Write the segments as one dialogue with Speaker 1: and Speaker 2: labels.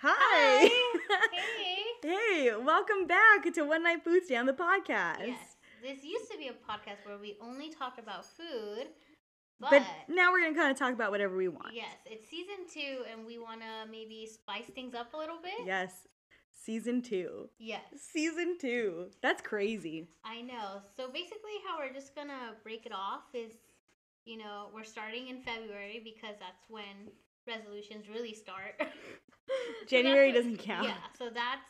Speaker 1: Hey.
Speaker 2: Hey.
Speaker 1: Hey, welcome back to One Night Food Stand, the podcast.
Speaker 2: Yes. This used to be a podcast where we only talked about food, but,
Speaker 1: But, now we're going to kind of talk about whatever we want.
Speaker 2: yes, it's season two, and we want to maybe spice things up a little bit.
Speaker 1: Yes. Season two.
Speaker 2: Yes,
Speaker 1: Season two. That's crazy.
Speaker 2: I know. So basically, how we're just gonna break it off is, you know, we're starting in February because that's when resolutions really start. So that's
Speaker 1: January
Speaker 2: when-
Speaker 1: doesn't count.
Speaker 2: Yeah. So that's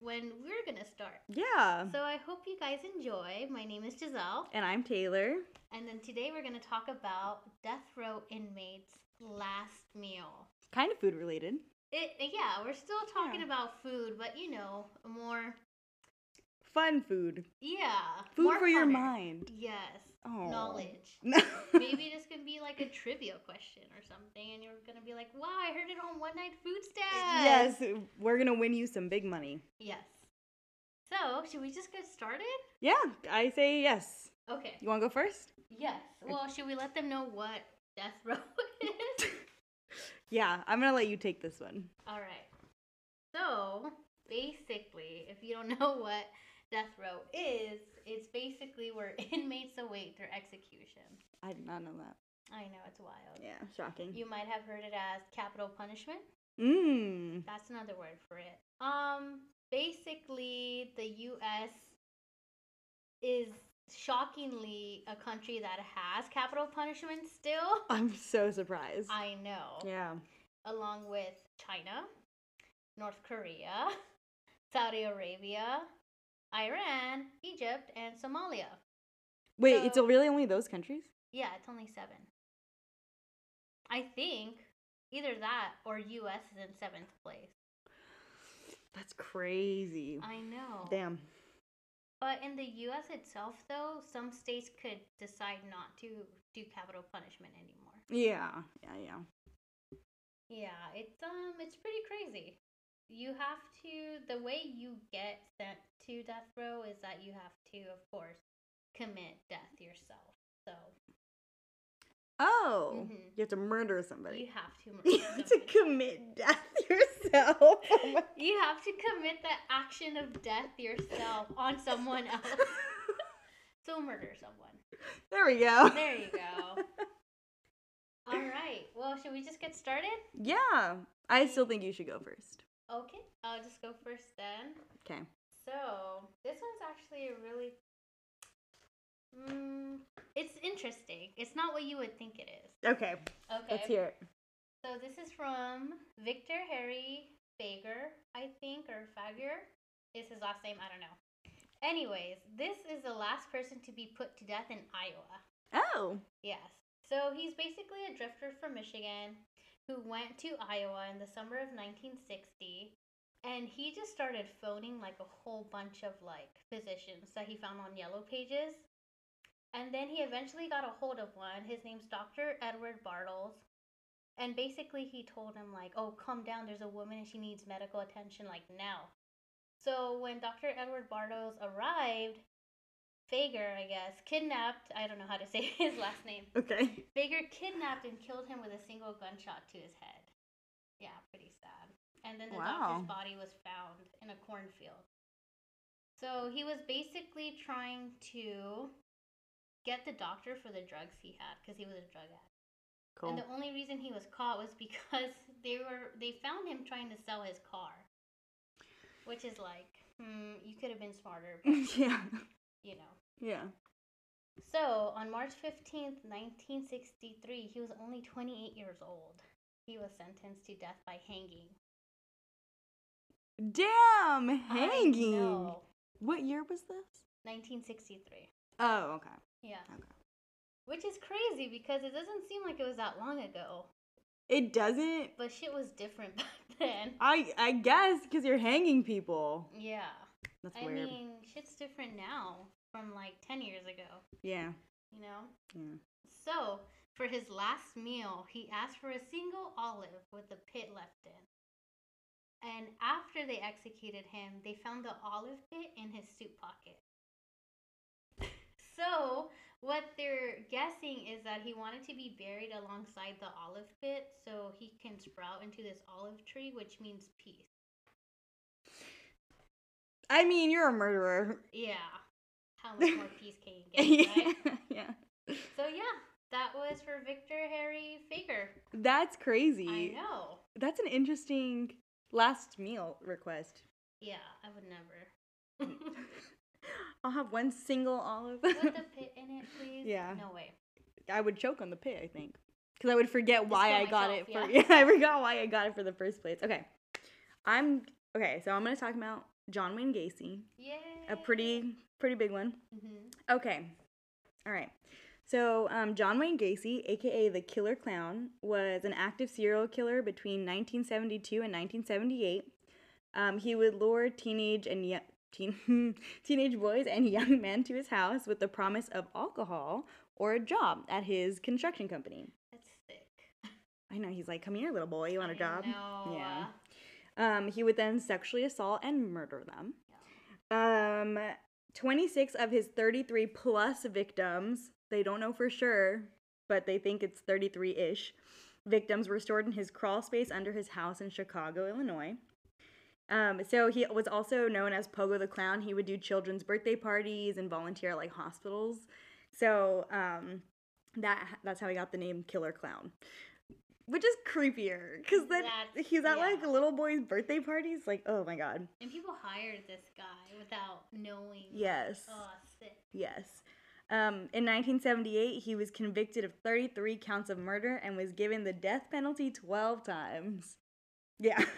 Speaker 2: when we're gonna start.
Speaker 1: Yeah.
Speaker 2: So I hope you guys enjoy. My name is Giselle.
Speaker 1: And I'm Taylor.
Speaker 2: And then today we're going to talk about death row inmates' last meal.
Speaker 1: Kind of food related.
Speaker 2: It, yeah, we're still talking
Speaker 1: Yeah.
Speaker 2: about food, but you know, more,
Speaker 1: Fun food.
Speaker 2: yeah.
Speaker 1: Food
Speaker 2: more
Speaker 1: for your
Speaker 2: funner.
Speaker 1: mind.
Speaker 2: Yes.
Speaker 1: Oh.
Speaker 2: Knowledge.
Speaker 1: Maybe.
Speaker 2: Maybe this can be like a trivia question or something, and you're going to be like, wow, I heard it on One Night Food Stab.
Speaker 1: yes, we're going to win you some big money.
Speaker 2: Yes. So, should we just get started?
Speaker 1: Yeah, I say yes.
Speaker 2: Okay.
Speaker 1: You want to go first?
Speaker 2: Yes. Well, should we let them know what death row is?
Speaker 1: Yeah, I'm going to let you take this one.
Speaker 2: All right. So basically, if you don't know what death row is, it's basically where inmates await their execution.
Speaker 1: I did not know that.
Speaker 2: I know it's wild.
Speaker 1: Yeah, shocking.
Speaker 2: You might have heard it as capital punishment.
Speaker 1: Mmm.
Speaker 2: That's another word for it. Um, basically, the U.S. is shockingly a country that has capital punishment still.
Speaker 1: I'm so surprised.
Speaker 2: I know.
Speaker 1: yeah.
Speaker 2: along with China, North Korea, Saudi Arabia, Iran, Egypt, and Somalia.
Speaker 1: Wait, it's
Speaker 2: So-
Speaker 1: really only those countries?
Speaker 2: Yeah, it's only seven. I think either that or US is in seventh place.
Speaker 1: That's crazy.
Speaker 2: I know.
Speaker 1: Damn.
Speaker 2: But in the US itself, though, some states could decide not to do capital punishment anymore.
Speaker 1: Yeah. Yeah, yeah.
Speaker 2: Yeah, it's um it's pretty crazy. You have to the way you get sent to death row is that you have to, of course, commit death yourself. So
Speaker 1: Oh.
Speaker 2: Mhm.
Speaker 1: You have to murder somebody.
Speaker 2: you have to murder
Speaker 1: You have to
Speaker 2: somebody.
Speaker 1: commit death yourself.
Speaker 2: You have to commit the action of death yourself on someone else. So murder someone.
Speaker 1: there we go.
Speaker 2: There you go. All right. Well, should we just get started?
Speaker 1: Yeah. I still think you should go first.
Speaker 2: Okay. I'll just go first then.
Speaker 1: Okay.
Speaker 2: So this one's actually a really. Mm, it's interesting. It's not what you would think it is.
Speaker 1: Okay.
Speaker 2: Okay.
Speaker 1: Let's hear it.
Speaker 2: So this is from Victor Harry Fager, I think, or Fager. Is his last name? I don't know. Anyways, this is the last person to be put to death in Iowa.
Speaker 1: Oh.
Speaker 2: Yes. So he's basically a drifter from Michigan who went to Iowa in the summer of 1960 and he just started phoning like a whole bunch of like physicians that he found on yellow pages. And then he eventually got a hold of one. His name's Dr. Edward Bartles. And basically he told him like, "Oh, come down. There's a woman and she needs medical attention like now." So when Dr. Edward Bartles arrived, Fager, I guess, kidnapped, I don't know how to say his last name.
Speaker 1: Okay.
Speaker 2: Fager kidnapped and killed him with a single gunshot to his head. Yeah, pretty sad. And then the
Speaker 1: Wow.
Speaker 2: doctor's body was found in a cornfield. So he was basically trying to get the doctor for the drugs he had because he was a drug addict.
Speaker 1: Cool.
Speaker 2: And the only reason he was caught was because they were they found him trying to sell his car, which is like, hmm, you could have been smarter, but
Speaker 1: yeah.
Speaker 2: you know.
Speaker 1: Yeah.
Speaker 2: So, on March 15th, 1963, he was only 28 years old. He was sentenced to death by hanging.
Speaker 1: Damn,
Speaker 2: I
Speaker 1: hanging.
Speaker 2: know.
Speaker 1: What year was this?
Speaker 2: 1963.
Speaker 1: Oh, okay.
Speaker 2: Yeah.
Speaker 1: Okay.
Speaker 2: Which is crazy because it doesn't seem like it was that long ago,
Speaker 1: It doesn't.
Speaker 2: but shit was different back then.
Speaker 1: I I guess because you're hanging people.
Speaker 2: Yeah.
Speaker 1: That's
Speaker 2: I
Speaker 1: weird.
Speaker 2: mean, shit's different now from like 10 years ago,
Speaker 1: yeah.
Speaker 2: you know?
Speaker 1: Yeah.
Speaker 2: So, for his last meal, he asked for a single olive with the pit left in. And after they executed him, they found the olive pit in his suit pocket. so, what they're guessing is that he wanted to be buried alongside the olive pit so he can sprout into this olive tree, which means peace.
Speaker 1: I mean, you're a murderer.
Speaker 2: Yeah. How much more peace can you get? Right?
Speaker 1: yeah.
Speaker 2: So yeah, that was for Victor Harry Fager.
Speaker 1: That's crazy.
Speaker 2: I know.
Speaker 1: That's an interesting last meal request.
Speaker 2: Yeah, I would never.
Speaker 1: I'll have one single olive.
Speaker 2: Put the pit in it, please.
Speaker 1: Yeah.
Speaker 2: No way.
Speaker 1: I would choke on the pit, I think, because I would forget why
Speaker 2: kill
Speaker 1: I got
Speaker 2: myself,
Speaker 1: it for.
Speaker 2: yeah.
Speaker 1: Yeah, I forgot why I got it for the first place. Okay, I'm okay. So I'm gonna talk about John Wayne Gacy,
Speaker 2: Yay.
Speaker 1: a pretty pretty big one.
Speaker 2: hmm
Speaker 1: Okay, all right. So um, John Wayne Gacy, aka the Killer Clown, was an active serial killer between 1972 and 1978. Um, he would lure teenage and young. Teen, teenage boys and young men to his house with the promise of alcohol or a job at his construction company.
Speaker 2: That's sick.
Speaker 1: I know he's like, "Come here, little boy. You want a
Speaker 2: I
Speaker 1: job?"
Speaker 2: know,
Speaker 1: Yeah.
Speaker 2: uh,
Speaker 1: Um, he would then sexually assault and murder them. Um, 26 of his 33 plus victims, they don't know for sure, but they think it's 33 ish, victims were stored in his crawl space under his house in Chicago, Illinois. Um, so he was also known as Pogo the Clown. He would do children's birthday parties and volunteer at like hospitals. So um, that that's how he got the name Killer Clown, which is creepier because then
Speaker 2: That's-
Speaker 1: he's at
Speaker 2: yeah.
Speaker 1: like little boys' birthday parties. Like, oh my god,
Speaker 2: And people hired this guy without knowing.
Speaker 1: yes.
Speaker 2: Oh, sick.
Speaker 1: Yes. Um, in 1978, he was convicted of 33 counts of murder and was given the death penalty 12 times. Yeah.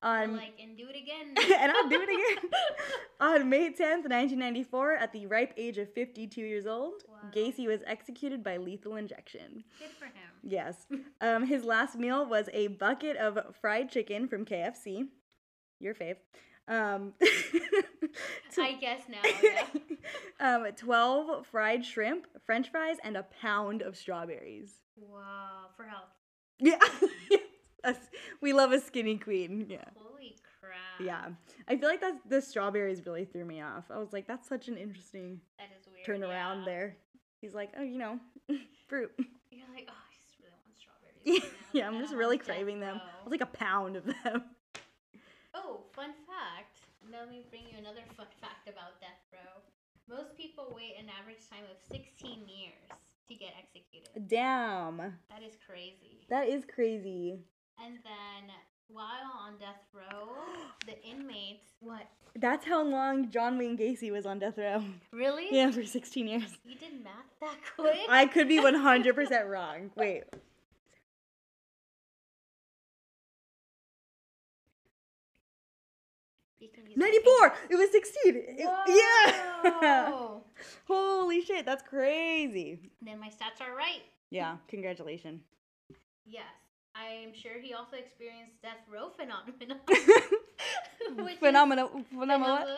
Speaker 2: They're
Speaker 1: on,
Speaker 2: like, and do it again.
Speaker 1: and I'll do it again. on May 10th, 1994, at the ripe age of 52 years old,
Speaker 2: Wow.
Speaker 1: Gacy was executed by lethal injection.
Speaker 2: Good for him.
Speaker 1: Yes. Um, his last meal was a bucket of fried chicken from KFC, your fave. Um, to-
Speaker 2: I guess now. Yeah.
Speaker 1: um, 12 fried shrimp, french fries, and a pound of strawberries.
Speaker 2: wow, for health.
Speaker 1: Yeah. Us- we love a skinny queen. Yeah.
Speaker 2: Holy crap.
Speaker 1: Yeah. I feel like that's the strawberries really threw me off. I was like, that's such an interesting
Speaker 2: That is weird.
Speaker 1: turnaround
Speaker 2: yeah.
Speaker 1: there. He's like, oh, you know, fruit.
Speaker 2: You're like, oh, I just really want strawberries.
Speaker 1: Yeah,
Speaker 2: right now,
Speaker 1: yeah,
Speaker 2: but
Speaker 1: I'm just
Speaker 2: on
Speaker 1: really
Speaker 2: death
Speaker 1: craving them.
Speaker 2: row."
Speaker 1: I was like a pound of them.
Speaker 2: Oh, fun fact. Let me bring you another fun fact about death row. Most people wait an average time of 16 years to get executed.
Speaker 1: Damn.
Speaker 2: That is crazy.
Speaker 1: That is crazy.
Speaker 2: And then while on death row, the inmates what?
Speaker 1: That's how long John Wayne Gacy was on death row.
Speaker 2: Really?
Speaker 1: Yeah, for 16 years.
Speaker 2: You did math that quick?
Speaker 1: I could be 100% wrong. Wait.
Speaker 2: You can use my
Speaker 1: 94! It was 16! It-
Speaker 2: fingers.
Speaker 1: yeah!
Speaker 2: Whoa!
Speaker 1: Holy shit, that's crazy.
Speaker 2: then my stats are right.
Speaker 1: Yeah, congratulations.
Speaker 2: Yes. I'm sure he also experienced death row phenomena. which is-
Speaker 1: Phenomenal.
Speaker 2: Vanilla.
Speaker 1: Phenomenal.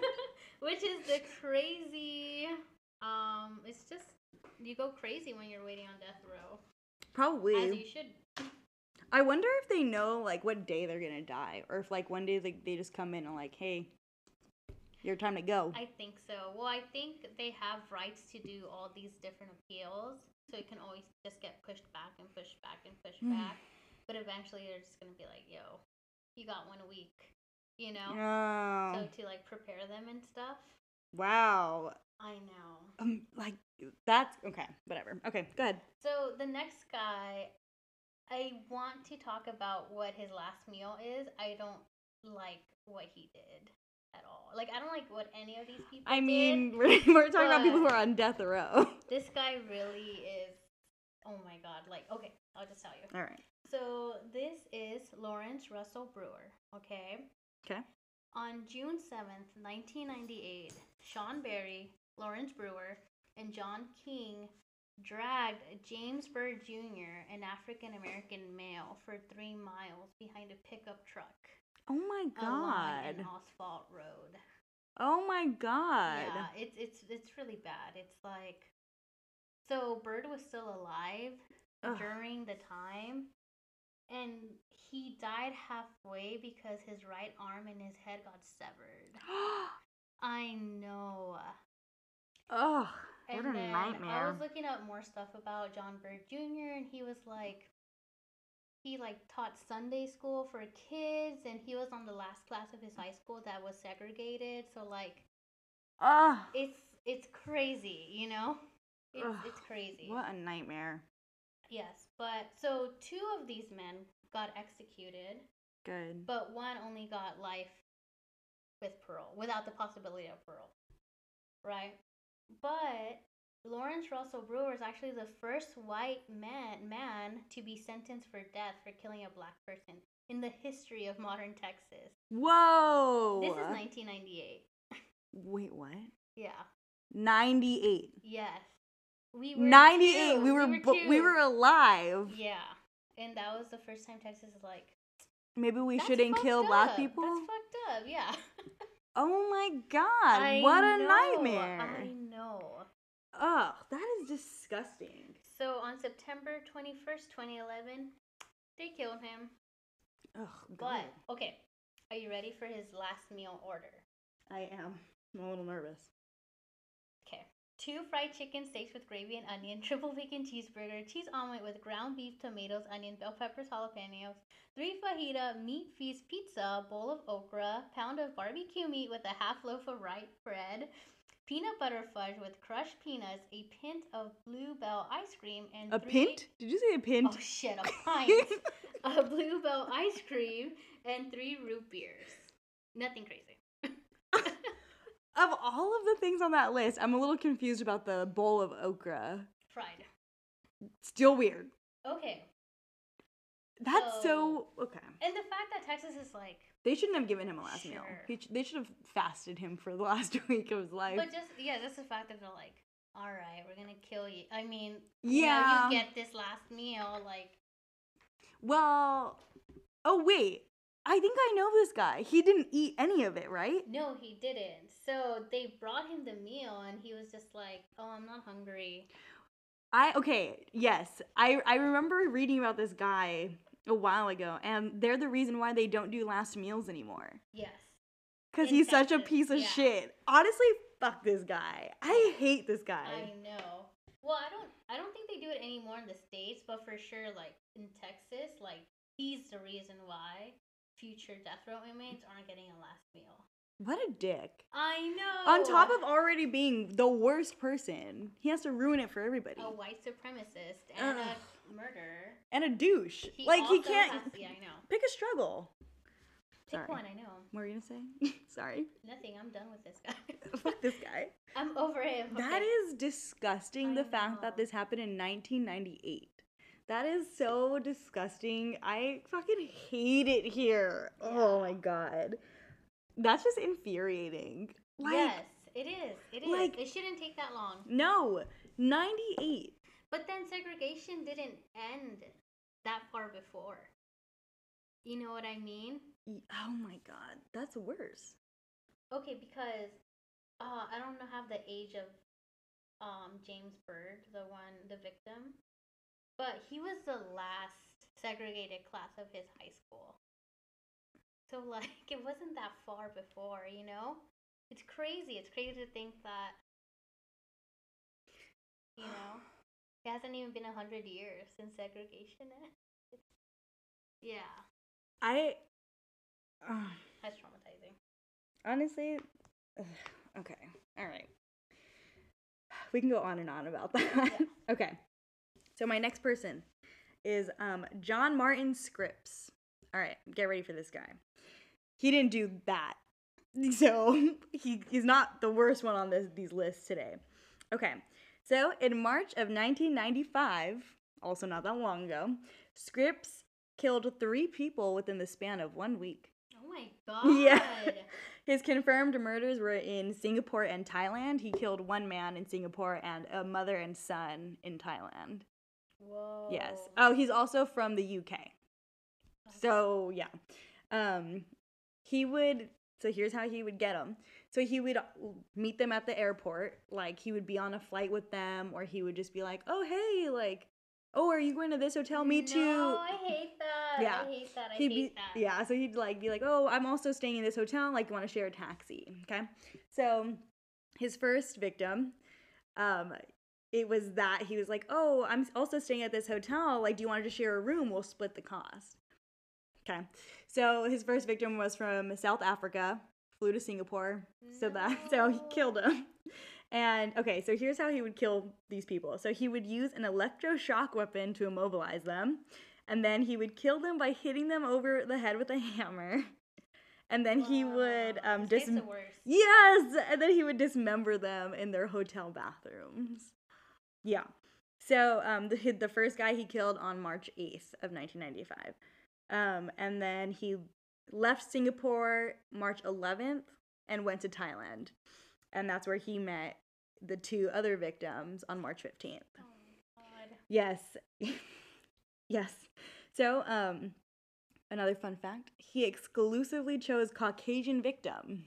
Speaker 2: Which is the crazy. Um, it's just you go crazy when you're waiting on death row, as you
Speaker 1: Probably.
Speaker 2: should.
Speaker 1: I wonder if they know, like, what day they're gonna die, or if, like, one day like, they just come in and, like, hey, your time to go.
Speaker 2: I think so. Well, I think they have rights to do all these different appeals, so it can always just get pushed back and pushed back and pushed
Speaker 1: Mm.
Speaker 2: back. But eventually, they're just gonna be like, "Yo, you got one a week," you know.
Speaker 1: Oh,
Speaker 2: So to like prepare them and stuff.
Speaker 1: wow.
Speaker 2: I know.
Speaker 1: Um, like, that's okay, whatever. Okay, go ahead.
Speaker 2: So the next guy, I want to talk about what his last meal is. I don't like what he did at all. Like I don't like what any of these people.
Speaker 1: I
Speaker 2: did.
Speaker 1: mean, we're, we're talking about people who
Speaker 2: but-
Speaker 1: are on death row.
Speaker 2: this guy really is. Oh my god! Like okay, I'll just tell you.
Speaker 1: All right.
Speaker 2: So this is Lawrence Russell Brewer. Okay.
Speaker 1: 'Kay.
Speaker 2: On June seventh, nineteen ninety-eight, Sean Barry, Lawrence Brewer, and John King dragged James Byrd Jr., an African American male, for three miles behind a pickup truck
Speaker 1: Oh my
Speaker 2: along
Speaker 1: god.
Speaker 2: an asphalt road.
Speaker 1: Oh my god.
Speaker 2: Yeah, it's it's it's really bad. It's like so Bird was still alive
Speaker 1: Ugh.
Speaker 2: during the time and he died halfway because his right arm and his head got severed. I know.
Speaker 1: Ugh. What
Speaker 2: And
Speaker 1: a
Speaker 2: then I
Speaker 1: nightmare.
Speaker 2: was looking up more stuff about John Bird Jr. and he was like he like taught Sunday school for kids and he was on the last class of his high school that was segregated. So like
Speaker 1: Ah,
Speaker 2: it's it's crazy, you know? It's
Speaker 1: Ugh,
Speaker 2: it's crazy.
Speaker 1: what a nightmare.
Speaker 2: Yes, but so two of these men got executed,
Speaker 1: Good.
Speaker 2: but one only got life with parole without the possibility of parole. Right? But Lawrence Russell Brewer is actually the first white man man to be sentenced for death for killing a black person in the history of modern Texas.
Speaker 1: Whoa.
Speaker 2: This is 1998.
Speaker 1: Wait, what?
Speaker 2: Yeah.
Speaker 1: 98.
Speaker 2: Yes. We
Speaker 1: 98.
Speaker 2: two.
Speaker 1: We were bo- we were,
Speaker 2: two.
Speaker 1: alive.
Speaker 2: Yeah. And that was the first time Texas is like
Speaker 1: Maybe we
Speaker 2: "That's
Speaker 1: shouldn't
Speaker 2: fucked
Speaker 1: kill
Speaker 2: up.
Speaker 1: black people.
Speaker 2: That's fucked up, yeah.
Speaker 1: oh my god.
Speaker 2: I
Speaker 1: what a
Speaker 2: know,
Speaker 1: nightmare.
Speaker 2: I know.
Speaker 1: Ugh, that is disgusting.
Speaker 2: So on September 21st, 2011, they killed him.
Speaker 1: Ugh, God.
Speaker 2: But, okay, are you ready for his last meal order?
Speaker 1: I am. I'm a little nervous.
Speaker 2: Okay. Two fried chicken steaks with gravy and onion, triple bacon cheeseburger, cheese omelet with ground beef, tomatoes, onion, bell peppers, jalapenos, three fajita, meat feast pizza, bowl of okra, pound of barbecue meat with a half loaf of rye bread, peanut butter fudge with crushed peanuts, a pint of bluebell ice cream, and
Speaker 1: A
Speaker 2: three-
Speaker 1: pint? Did you say a pint?
Speaker 2: Oh shit, a pint. a bluebell ice cream and three root beers. Nothing crazy.
Speaker 1: of all of the things on that list, I'm a little confused about the bowl of okra.
Speaker 2: Fried.
Speaker 1: Still weird.
Speaker 2: Okay.
Speaker 1: That's so okay.
Speaker 2: And the fact that Texas is like
Speaker 1: They shouldn't have given him a last meal.
Speaker 2: Sure.
Speaker 1: He sh- they should have fasted him for the last week of his life.
Speaker 2: But just yeah, just the fact that they're like, all right, we're gonna kill you. I mean,
Speaker 1: yeah.
Speaker 2: you, know, you get this last meal. Like,
Speaker 1: well, oh wait. I think I know this guy. He didn't eat any of it, right?
Speaker 2: no, he didn't. So they brought him the meal, and he was just like, oh, I'm not hungry.
Speaker 1: I okay, yes. I I remember reading about this guy a while ago and they're the reason why they don't do last meals anymore.
Speaker 2: Yes,
Speaker 1: Cuz
Speaker 2: In
Speaker 1: he's such a
Speaker 2: Texas,
Speaker 1: piece of
Speaker 2: yeah.
Speaker 1: shit. Honestly, fuck this guy. I hate this guy.
Speaker 2: I know. Well, I don't. I don't think they do it anymore in the states, but for sure, like in Texas, like he's the reason why future death row inmates aren't getting a last meal.
Speaker 1: what a dick.
Speaker 2: I know.
Speaker 1: On top of already being the worst person, he has to ruin it for everybody.
Speaker 2: a white supremacist and a murderer.
Speaker 1: And a douche.
Speaker 2: He
Speaker 1: like he
Speaker 2: also
Speaker 1: can't
Speaker 2: Has, yeah, I know.
Speaker 1: pick a struggle.
Speaker 2: Pick
Speaker 1: Sorry.
Speaker 2: one. I know.
Speaker 1: What were you gonna say? Sorry.
Speaker 2: Nothing. I'm done with this guy.
Speaker 1: Fuck this guy.
Speaker 2: I'm over him.
Speaker 1: That is disgusting.
Speaker 2: I
Speaker 1: the fact that
Speaker 2: know.
Speaker 1: this happened in 1998. That is so disgusting. I fucking hate it here. Oh
Speaker 2: Yeah.
Speaker 1: my god. That's just infuriating. Like,
Speaker 2: yes, it is. It is.
Speaker 1: like-
Speaker 2: it shouldn't take that long.
Speaker 1: no, 98.
Speaker 2: But then segregation didn't end that far before. You know what I mean?
Speaker 1: E- Oh my god, that's worse.
Speaker 2: Okay, because uh, I don't know have the age of um James Byrd, the one, the victim, but he was the last segregated class of his high school. So like, it wasn't that far before, you know. It's crazy. It's crazy to think that, you know, it hasn't even been a hundred years since segregation. ended. yeah,
Speaker 1: I uh, Ugh.
Speaker 2: that's traumatizing.
Speaker 1: honestly ugh, okay. All right. We can go on and on about that.
Speaker 2: Yeah.
Speaker 1: okay. So my next person is um John Martin Scripps. All right, get ready for this guy. He didn't do that. So he, he's not the worst one on this these lists today. Okay. So in March of 1995, also not that long ago, Scripps killed 3 people within the span of 1 week.
Speaker 2: Oh my god.
Speaker 1: Yeah. His confirmed murders were in Singapore and Thailand. He killed one man in Singapore and a mother and son in Thailand.
Speaker 2: Whoa.
Speaker 1: Yes. Oh, he's also from the UK. So, yeah. Um he would so here's how he would get them. So he would meet them at the airport, like he would be on a flight with them or he would just be like, "Oh, hey, like, oh, are you going to this hotel? Me too."
Speaker 2: No, I hate that.
Speaker 1: Yeah.
Speaker 2: I hate that. I
Speaker 1: he'd
Speaker 2: hate
Speaker 1: be,
Speaker 2: that.
Speaker 1: yeah so he'd like be like oh i'm also staying in this hotel like you want to share a taxi okay so his first victim um it was that he was like, "Oh, I'm also staying at this hotel. Like, do you want to share a room? We'll split the cost." Okay. So his first victim was from South Africa, flew to Singapore, so that's how he
Speaker 2: No.
Speaker 1: killed him. And okay, so here's how he would kill these people. So he would use an electroshock weapon to immobilize them, and then he would kill them by hitting them over the head with a hammer. And then he would
Speaker 2: Wow,
Speaker 1: um
Speaker 2: this guy's
Speaker 1: dism-
Speaker 2: the worst.
Speaker 1: Yes! And then he would dismember them in their hotel bathrooms. Yeah. So um, the, he- the first guy he killed on March 8th of 1995. Um, and then he left Singapore March 11th and went to Thailand. And that's where he met the two other victims on March 15th.
Speaker 2: Oh my god.
Speaker 1: Yes. yes. So, um, another fun fact he exclusively chose Caucasian victims.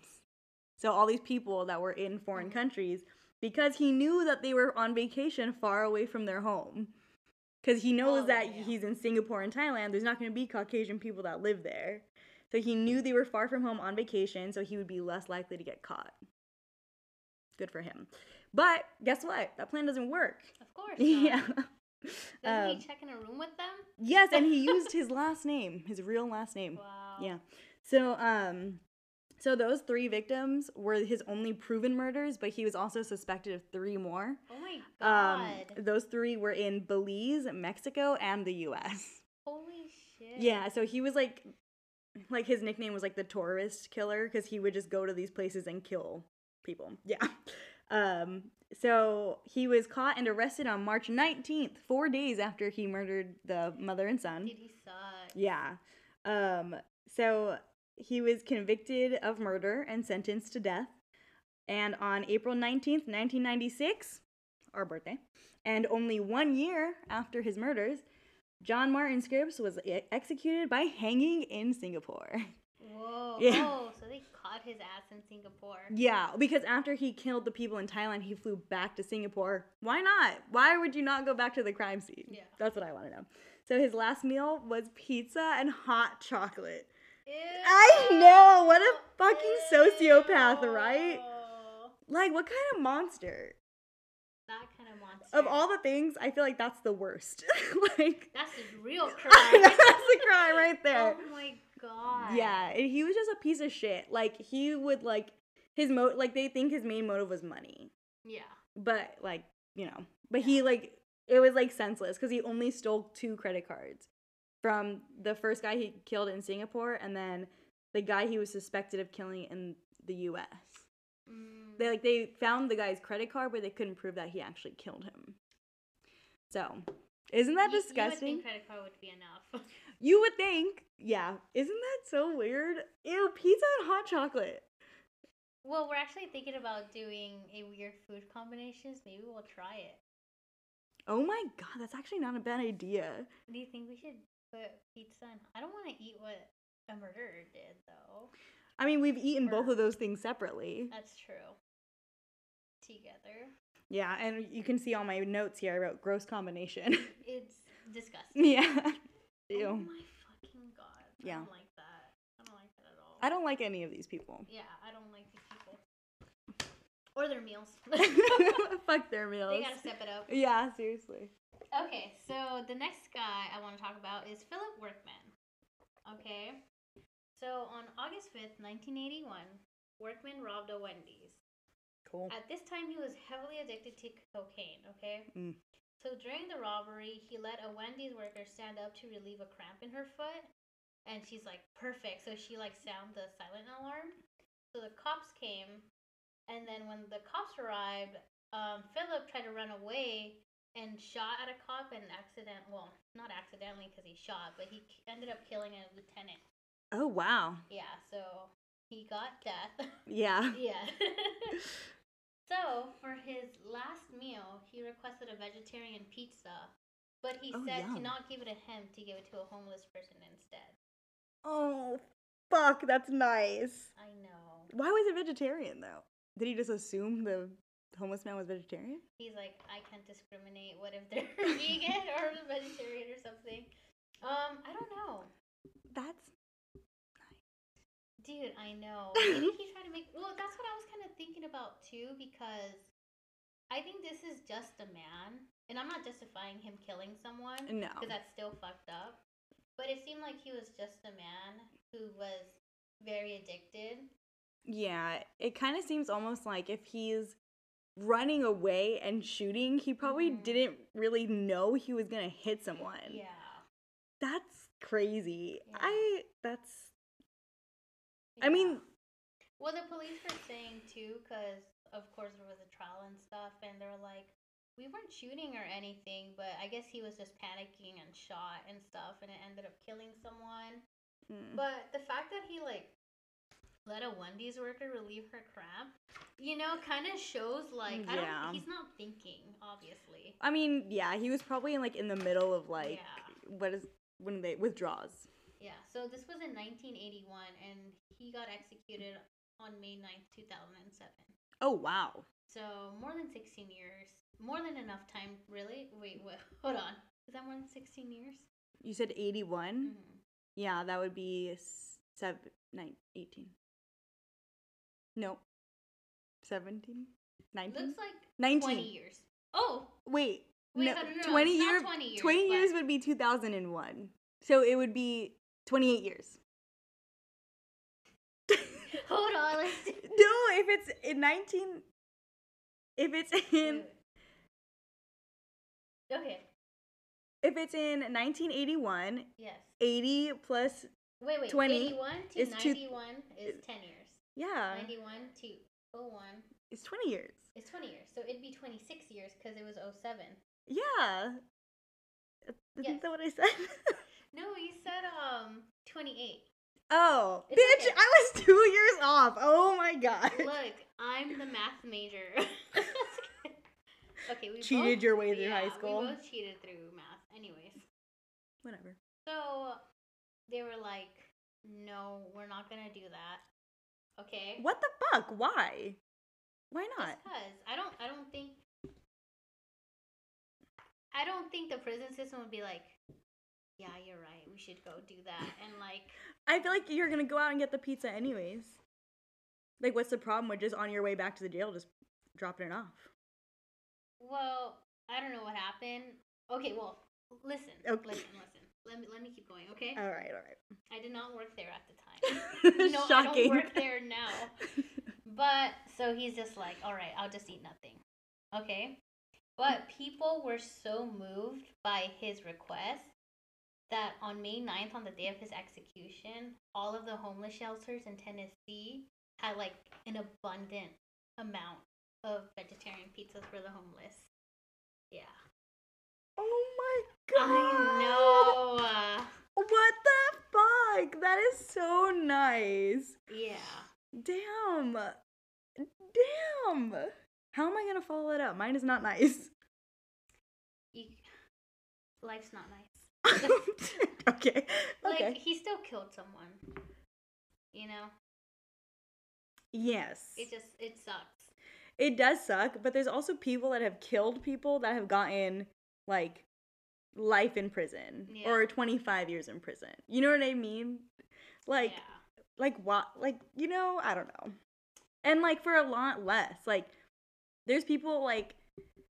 Speaker 1: So, all these people that were in foreign
Speaker 2: Mhm.
Speaker 1: countries because he knew that they were on vacation far away from their home. Because he knows
Speaker 2: Oh,
Speaker 1: that
Speaker 2: yeah.
Speaker 1: he's in Singapore and Thailand, there's not going to be Caucasian people that live there. So, he knew they were far from home on vacation, so he would be less likely to get caught. Good for him. But guess what? That plan doesn't work.
Speaker 2: Of course.
Speaker 1: Yeah.
Speaker 2: not. Doesn't
Speaker 1: Um,
Speaker 2: he check in a room with them?
Speaker 1: Yes, and he used his last name, his real last name.
Speaker 2: Wow.
Speaker 1: Yeah. So, um, so those three victims were his only proven murders, but he was also suspected of three more.
Speaker 2: Oh my
Speaker 1: Um,
Speaker 2: god.
Speaker 1: those three were in Belize, Mexico, and the U.S.
Speaker 2: Holy shit.
Speaker 1: Yeah. So he was like, like his nickname was like the tourist killer because he would just go to these places and kill people. Yeah. Um. So he was caught and arrested on March 19th, four days after he murdered the mother and son.
Speaker 2: Did he suck?
Speaker 1: Yeah. Um, so he was convicted of murder and sentenced to death. And on April 19th, 1996, our birthday, and only one year after his murders, John Martin Scripps was e- executed by hanging in Singapore.
Speaker 2: Whoa.
Speaker 1: Yeah.
Speaker 2: Oh, so they caught his ass in Singapore.
Speaker 1: Yeah, because after he killed the people in Thailand, he flew back to Singapore. Why not? Why would you not go back to the crime scene?
Speaker 2: Yeah.
Speaker 1: That's what I want to know. So his last meal was pizza and hot chocolate.
Speaker 2: Ew.
Speaker 1: I know. What a fucking sociopath, right?
Speaker 2: Ew.
Speaker 1: Like, what kind of monster?
Speaker 2: That kind of monster.
Speaker 1: Of all the things, I feel like that's the worst. like,
Speaker 2: That's his real
Speaker 1: that's
Speaker 2: crime.
Speaker 1: the crime right
Speaker 2: oh
Speaker 1: there.
Speaker 2: my god.
Speaker 1: Yeah, and he was just a piece of shit. Like, he would like his mo. Like, they think his main motive was money,
Speaker 2: Yeah.
Speaker 1: but like, you know, but he like it was like senseless because he only stole two credit cards from the first guy he killed in Singapore, and then the guy he was suspected of killing in the U.S.
Speaker 2: Mm.
Speaker 1: they like they found the guy's credit card but they couldn't prove that he actually killed him so isn't that
Speaker 2: You-
Speaker 1: disgusting
Speaker 2: You would think credit card would be enough.
Speaker 1: yeah isn't that so weird ew pizza and hot chocolate
Speaker 2: well, we're actually thinking about doing a weird food combinations. Maybe we'll try it.
Speaker 1: oh my god that's actually not a bad idea
Speaker 2: Do you think we should put pizza in? I don't want to eat what a murderer did, though.
Speaker 1: i mean we've eaten both
Speaker 2: Sure.
Speaker 1: of those things separately
Speaker 2: That's true. Together.
Speaker 1: yeah and you can see all my notes here i wrote gross combination
Speaker 2: It's disgusting.
Speaker 1: yeah ew
Speaker 2: Oh my fucking god.
Speaker 1: Yeah.
Speaker 2: I don't like that. I don't like that at all.
Speaker 1: i don't like any of these people
Speaker 2: yeah, I don't like these people. Or their meals.
Speaker 1: fuck their meals
Speaker 2: they gotta step it up.
Speaker 1: yeah seriously
Speaker 2: Okay, so the next guy I want to talk about is Philip Workman. Okay, so on August 5th, 1981, Workman robbed a Wendy's.
Speaker 1: cool
Speaker 2: At this time, he was heavily addicted to cocaine, okay?
Speaker 1: Mm.
Speaker 2: So during the robbery, he let a Wendy's worker stand up to relieve a cramp in her foot. And she's like, perfect. So she like sound the silent alarm. So the cops came. And then when the cops arrived, um, Philip tried to run away and shot at a cop and accident well, not accidentally because he shot, but he k- ended up killing a lieutenant.
Speaker 1: oh wow
Speaker 2: Yeah, so he got death.
Speaker 1: yeah
Speaker 2: Yeah. so for his last meal, he requested a vegetarian pizza, but he
Speaker 1: Oh,
Speaker 2: said
Speaker 1: yum.
Speaker 2: to not give it to him, to give it to a homeless person instead.
Speaker 1: Oh, fuck, that's nice.
Speaker 2: I know.
Speaker 1: Why was it vegetarian though? Did he just assume the homeless man was vegetarian?
Speaker 2: He's like, I can't discriminate. What if they're vegan or vegetarian or something? Um, I don't know,
Speaker 1: That's
Speaker 2: dude. I know. Maybe he tried to make. Well, that's what I was kind of thinking about too, because I think this is just a man, and I'm not justifying him killing someone
Speaker 1: No.
Speaker 2: because that's still fucked up. But it seemed like he was just a man who was very addicted.
Speaker 1: Yeah, it kind of seems almost like if he's running away and shooting, he probably
Speaker 2: Mhm.
Speaker 1: didn't really know he was going to hit someone.
Speaker 2: Yeah.
Speaker 1: That's crazy.
Speaker 2: Yeah.
Speaker 1: I that's I mean-
Speaker 2: well, the police were saying too, because of course there was a trial and stuff, and they were like, we weren't shooting or anything, but I guess he was just panicking and shot and stuff, and it ended up killing someone.
Speaker 1: mm,
Speaker 2: But the fact that he like let a Wendy's worker relieve her cramp, you know, kind of shows like I
Speaker 1: Yeah.
Speaker 2: don't. He's not thinking, obviously.
Speaker 1: I mean, yeah, he was probably in like in the middle of like
Speaker 2: Yeah.
Speaker 1: what is when they withdraws.
Speaker 2: Yeah. So this was in 1981, and he got executed on May 9th, 2007.
Speaker 1: Oh wow.
Speaker 2: So more than sixteen years. More than enough time, really. Wait, what? Hold on. Is that more than sixteen years?
Speaker 1: You said 81?
Speaker 2: hmm
Speaker 1: Yeah, that would be seven, nine, 18. No. 17? 19?
Speaker 2: Looks like
Speaker 1: 19.
Speaker 2: twenty years. Oh,
Speaker 1: Wait.
Speaker 2: wait,
Speaker 1: no,
Speaker 2: no, no, no,
Speaker 1: 20
Speaker 2: it's not
Speaker 1: year
Speaker 2: 20 years,
Speaker 1: 20
Speaker 2: but-
Speaker 1: years would be 2001. So it would be 28 years.
Speaker 2: hold on. Let's do.
Speaker 1: No, if it's in 19 if it's in
Speaker 2: wait, wait. Okay.
Speaker 1: if it's in 1981,
Speaker 2: Yes.
Speaker 1: 80 plus
Speaker 2: Wait, wait.
Speaker 1: 20
Speaker 2: Eighty-one to
Speaker 1: is two- Uh.
Speaker 2: ninety-one is ten years.
Speaker 1: yeah,
Speaker 2: Ninety-one to 01
Speaker 1: it's 20 years.
Speaker 2: is twenty years. So it'd be twenty-six years because it was 07.
Speaker 1: Yeah. Isn't
Speaker 2: Yes.
Speaker 1: that what I said?
Speaker 2: No, you said um twenty-eight.
Speaker 1: Oh,
Speaker 2: It's
Speaker 1: bitch,
Speaker 2: okay.
Speaker 1: I was two years off. Oh my god.
Speaker 2: Look, I'm the math major. okay, we
Speaker 1: Cheated
Speaker 2: both-
Speaker 1: your way through
Speaker 2: yeah,
Speaker 1: high school.
Speaker 2: We both cheated through math, anyways.
Speaker 1: Whatever.
Speaker 2: So they were like, "No, we're not gonna do that." Okay.
Speaker 1: What the fuck? Why? Why not?
Speaker 2: Because I don't, I don't think, I don't think the prison system would be like, "Yeah, you're right. We should go do that." And like,
Speaker 1: I feel like you're gonna go out and get the pizza anyways. Like, what's the problem with just on your way back to the jail, just dropping it off?
Speaker 2: Well, I don't know what happened. Okay, well, listen,
Speaker 1: Okay. Uh.
Speaker 2: listen, listen. Let me let me keep going, okay?
Speaker 1: All right, all
Speaker 2: I did not work there at the time.
Speaker 1: right.
Speaker 2: no, I
Speaker 1: Shocking.
Speaker 2: don't work there now. But so he's just like, all right, I'll just eat nothing, okay? But people were so moved by his request that on May 9th, on the day of his execution, all of the homeless shelters in Tennessee had like an abundant amount of vegetarian pizzas for the homeless. Yeah.
Speaker 1: Oh my god.
Speaker 2: I know. uh,
Speaker 1: What the fuck? That is so nice.
Speaker 2: yeah.
Speaker 1: Damn. Damn. How am I gonna follow it up? Mine is not nice.
Speaker 2: You, life's not nice.
Speaker 1: okay.
Speaker 2: Like
Speaker 1: Okay.
Speaker 2: he still killed someone. You know,
Speaker 1: yes.
Speaker 2: it just it sucks.
Speaker 1: It does suck, but there's also people that have killed people that have gotten like life in prison
Speaker 2: Yeah.
Speaker 1: or 25 years in prison. You know what I mean? Like
Speaker 2: yeah,
Speaker 1: like what like you know, I don't know. And like for a lot less. Like there's people like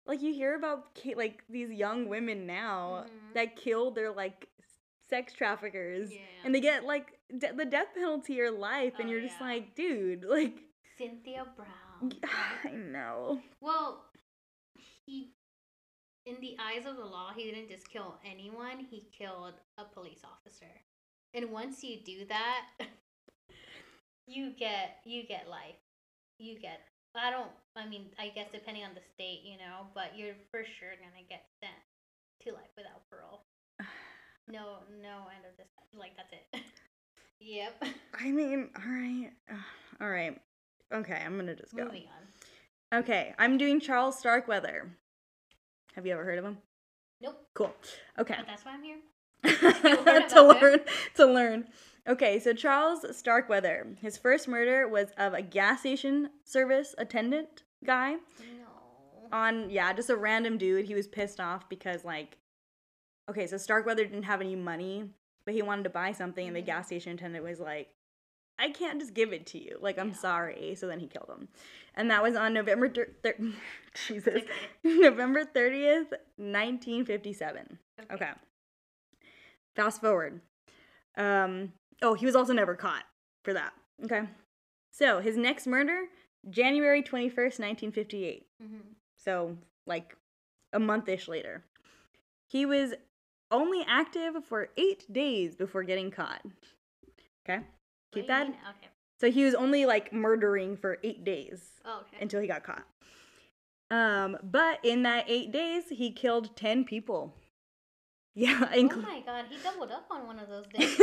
Speaker 1: like you hear about ki- like these young women now
Speaker 2: Mhm.
Speaker 1: oh, that kill their like sex traffickers
Speaker 2: yeah.
Speaker 1: and they get like de- the death penalty or life and
Speaker 2: Oh,
Speaker 1: you're just
Speaker 2: yeah. Oh,
Speaker 1: like dude like
Speaker 2: Cynthia Brown.
Speaker 1: i know
Speaker 2: well, he, in the eyes of the law, he didn't just kill anyone. He killed a police officer, and once you do that, you get you get life. You get. I don't. I mean, I guess depending on the state, you know, but you're for sure gonna get sent to life without parole. No, no end of this. Like that's it. yep.
Speaker 1: i mean all right all right okay i'm gonna just go
Speaker 2: Moving on.
Speaker 1: okay i'm doing charles starkweather have you ever heard of him
Speaker 2: Nope.
Speaker 1: cool okay
Speaker 2: But that's why I'm here. learn
Speaker 1: to
Speaker 2: about
Speaker 1: learn to learn okay so charles starkweather his first murder was of a gas station service attendant guy
Speaker 2: No.
Speaker 1: on yeah just a random dude he was pissed off because like okay so starkweather didn't have any money but he wanted to buy something and the
Speaker 2: Mhm.
Speaker 1: gas station attendant was like I can't just give it to you. Like, I'm
Speaker 2: Yeah.
Speaker 1: sorry. So then he killed him. And that was on November thir- thir- Jesus.
Speaker 2: Okay.
Speaker 1: November 30th, 1957. Okay. Fast forward. Um, oh, he was also never caught for that. Okay. So his next murder, January 21st, 1958.
Speaker 2: Mhm.
Speaker 1: So, like a month ish later. He was only active for eight days before getting caught. Okay. Keep
Speaker 2: Wait,
Speaker 1: that.
Speaker 2: wait, Okay.
Speaker 1: So he was only like murdering for eight days
Speaker 2: Oh, okay.
Speaker 1: until he got caught. Um, but in that eight days, he killed 10 people. Yeah,
Speaker 2: oh
Speaker 1: including.
Speaker 2: my god, he doubled up on one of those days.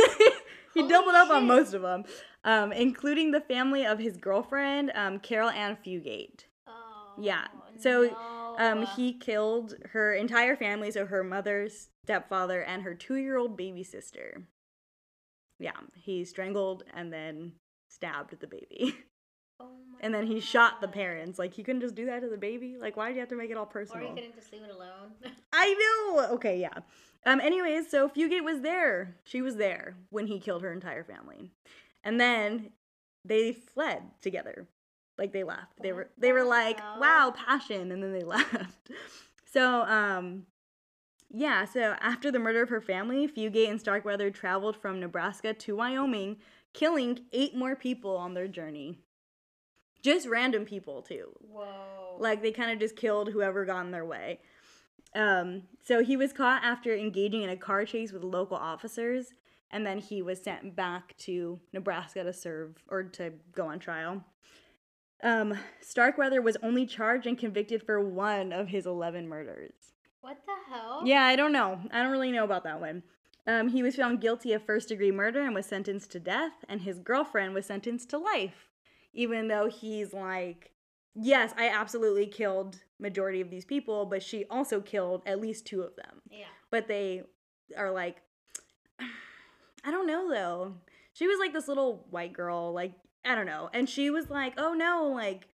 Speaker 1: he
Speaker 2: Holy
Speaker 1: doubled up on
Speaker 2: shit.
Speaker 1: most of them, um, including the family of his girlfriend, um, Carol Ann Fugate.
Speaker 2: Oh.
Speaker 1: Yeah. So, Um,
Speaker 2: no.
Speaker 1: he killed her entire family, so her mother, stepfather, and her two-year-old baby sister. Yeah, he strangled and then stabbed the baby,
Speaker 2: Oh my
Speaker 1: and then he shot the
Speaker 2: God.
Speaker 1: parents. Like he couldn't just do that to the baby. Like why do you have to make it all
Speaker 2: Or he
Speaker 1: personal?
Speaker 2: couldn't just leave it alone.
Speaker 1: I know. Okay, yeah. Um. Anyways, so Fugate was there. She was there when he killed her entire family, and then they fled together. Like they left. They were they were like,
Speaker 2: Wow.
Speaker 1: "Wow, passion," and then they left. So, um, yeah. So after the murder of her family, Fugate and Starkweather traveled from Nebraska to Wyoming, killing eight more people on their journey. Just random people too
Speaker 2: Whoa.
Speaker 1: like they kind of just killed whoever got in their way um, so he was caught after engaging in a car chase with local officers and then he was sent back to nebraska to serve or to go on trial um, starkweather was only charged and convicted for one of his 11 murders
Speaker 2: what the hell?
Speaker 1: yeah i don't know i don't really know about that one um, he was found guilty of first degree murder and was sentenced to death and his girlfriend was sentenced to life even though he's like yes i absolutely killed majority of these people but she also killed at least two of them
Speaker 2: Yeah.
Speaker 1: but they are like i don't know though she was like this little white girl like i don't know and she was like oh no like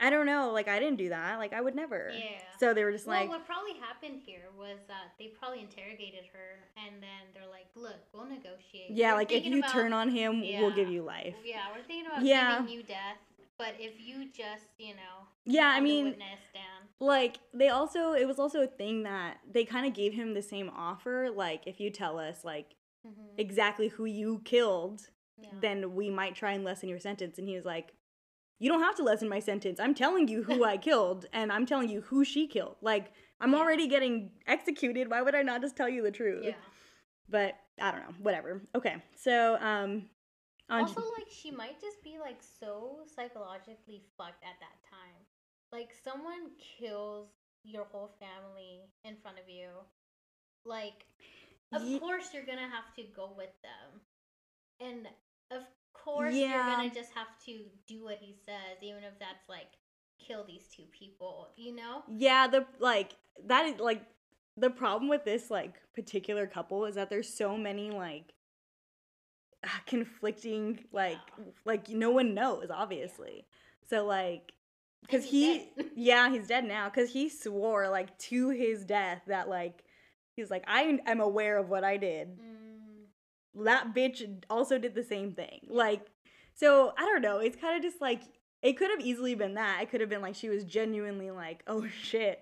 Speaker 1: i don't know like i didn't do that like i would never
Speaker 2: Yeah.
Speaker 1: so they were just
Speaker 2: well,
Speaker 1: like
Speaker 2: what probably happened here was that they probably interrogated her, and then they're like, "Look, we'll negotiate."
Speaker 1: yeah
Speaker 2: We're
Speaker 1: like if
Speaker 2: thinking
Speaker 1: you
Speaker 2: about-
Speaker 1: turn on him we'll give
Speaker 2: Yeah.
Speaker 1: you life
Speaker 2: Yeah, we're thinking about
Speaker 1: Yeah.
Speaker 2: giving you death, but if you just, you know,
Speaker 1: yeah i
Speaker 2: hold the
Speaker 1: mean
Speaker 2: witness down.
Speaker 1: like they also it was also a thing that they kind of gave him the same offer like if you tell us like
Speaker 2: Mhm.
Speaker 1: exactly who you killed
Speaker 2: Yeah.
Speaker 1: then we might try and lessen your sentence. And he was like, You don't have to lessen my sentence. I'm telling you who I killed and I'm telling you who she killed. Like, I'm
Speaker 2: Yeah.
Speaker 1: already getting executed. Why would I not just tell you the truth?
Speaker 2: yeah.
Speaker 1: But I don't know. Whatever. Okay. So, um, on
Speaker 2: Also, like she might just be like so psychologically fucked at that time. Like someone kills your whole family in front of you. Like, of
Speaker 1: Ye-
Speaker 2: course you're gonna have to go with them, and of course
Speaker 1: Yeah.
Speaker 2: you're gonna just have to do what he says, even if that's like kill these two people. You know?
Speaker 1: yeah, the like, that is like the problem with this like particular couple is that there's so many like conflicting like
Speaker 2: Yeah.
Speaker 1: like no one knows obviously so like
Speaker 2: And
Speaker 1: because
Speaker 2: he's
Speaker 1: he
Speaker 2: dead.
Speaker 1: yeah he's dead now because he swore like to his death that like he's like i am aware of what i did
Speaker 2: Mm,
Speaker 1: that bitch also did the same thing like so i don't know it's kind of just like it could have easily been that it could have been like she was genuinely like oh shit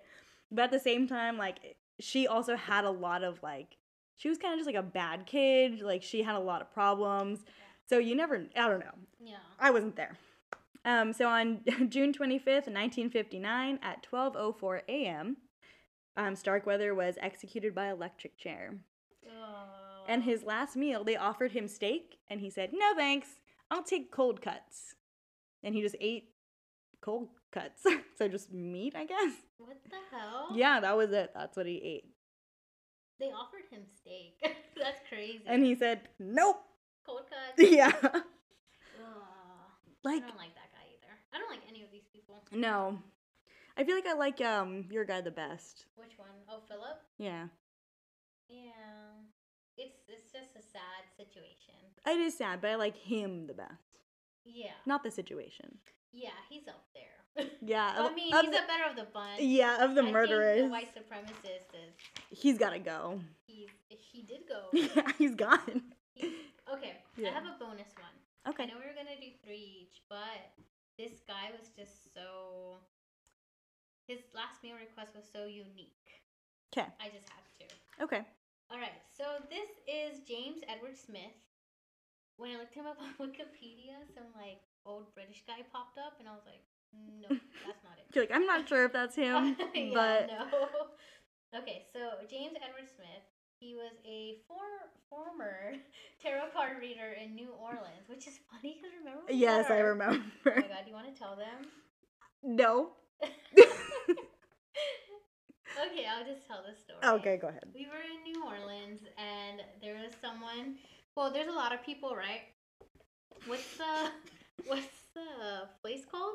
Speaker 1: but at the same time like she also had a lot of like she was kind of just like a bad kid like she had a lot of problems so you never i don't know
Speaker 2: yeah.
Speaker 1: I wasn't there. Um, so on June 25th, 1959, at 12:04 a.m., um, Starkweather was executed by electric chair. And
Speaker 2: Ugh.
Speaker 1: his last meal, they offered him steak, and he said, "No thanks. I'll take cold cuts." And he just ate cold cuts, so just meat, I guess.
Speaker 2: what the hell?
Speaker 1: Yeah, that was it. That's what he ate.
Speaker 2: They offered him steak. That's crazy.
Speaker 1: And he said, "Nope."
Speaker 2: cold cuts.
Speaker 1: yeah,
Speaker 2: Ugh.
Speaker 1: like
Speaker 2: I don't like that guy either. I don't like any of these people.
Speaker 1: no. I feel like I like um your guy the best.
Speaker 2: Which one? Oh, Philip.
Speaker 1: Yeah.
Speaker 2: Yeah. It's it's just a sad situation.
Speaker 1: It is sad, but I like him the best.
Speaker 2: Yeah.
Speaker 1: Not the situation.
Speaker 2: Yeah, he's up there.
Speaker 1: Yeah.
Speaker 2: Well,
Speaker 1: of-
Speaker 2: I mean,
Speaker 1: of
Speaker 2: he's
Speaker 1: the,
Speaker 2: the better of the bunch.
Speaker 1: yeah, of the
Speaker 2: I think
Speaker 1: murderers.
Speaker 2: the white supremacist is
Speaker 1: He's gotta go.
Speaker 2: he he did go.
Speaker 1: he's gone.
Speaker 2: He- okay,
Speaker 1: Yeah.
Speaker 2: I have a bonus one.
Speaker 1: Okay.
Speaker 2: I know we were gonna do three each, but this guy was just so. His last meal request was so unique.
Speaker 1: 'Kay.
Speaker 2: I just had to.
Speaker 1: Okay.
Speaker 2: All right, so this is James Edward Smith. When I looked him up on Wikipedia, some like old British guy popped up, and I was like, no, that's not it.
Speaker 1: You're like, I'm not sure if that's him,
Speaker 2: Yeah,
Speaker 1: but
Speaker 2: no. Okay, so James Edward Smith, he was a for, former tarot card reader in New Orleans, which is funny because remember. when we had
Speaker 1: yes, I
Speaker 2: our-
Speaker 1: remember.
Speaker 2: Oh my god, do you want to tell them?
Speaker 1: no.
Speaker 2: okay, I'll just tell the story.
Speaker 1: Okay, go ahead.
Speaker 2: We were in New Orleans, and there was someone. Well, there's a lot of people, right? What's the what's the place called?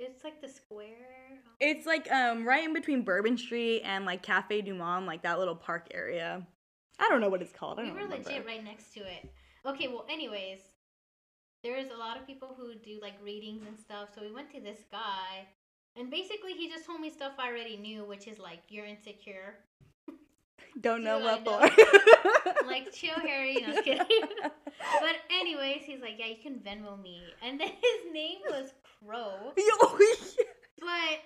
Speaker 2: It's like the square.
Speaker 1: It's like um right in between Bourbon Street and like Cafe Du Monde, like that little park area. I don't know what it's called. I
Speaker 2: we
Speaker 1: don't
Speaker 2: were
Speaker 1: remember.
Speaker 2: legit right next to it. Okay, well, anyways, there is a lot of people who do like readings and stuff. So we went to this guy, and basically he just told me stuff I already knew, which is like you're insecure,
Speaker 1: Don't know
Speaker 2: Dude, I
Speaker 1: what
Speaker 2: know.
Speaker 1: for.
Speaker 2: like chill, Harry. No, I'm kidding. But anyways, he's like, yeah, you can Venmo me, and then his name was Crow,
Speaker 1: Yo,
Speaker 2: but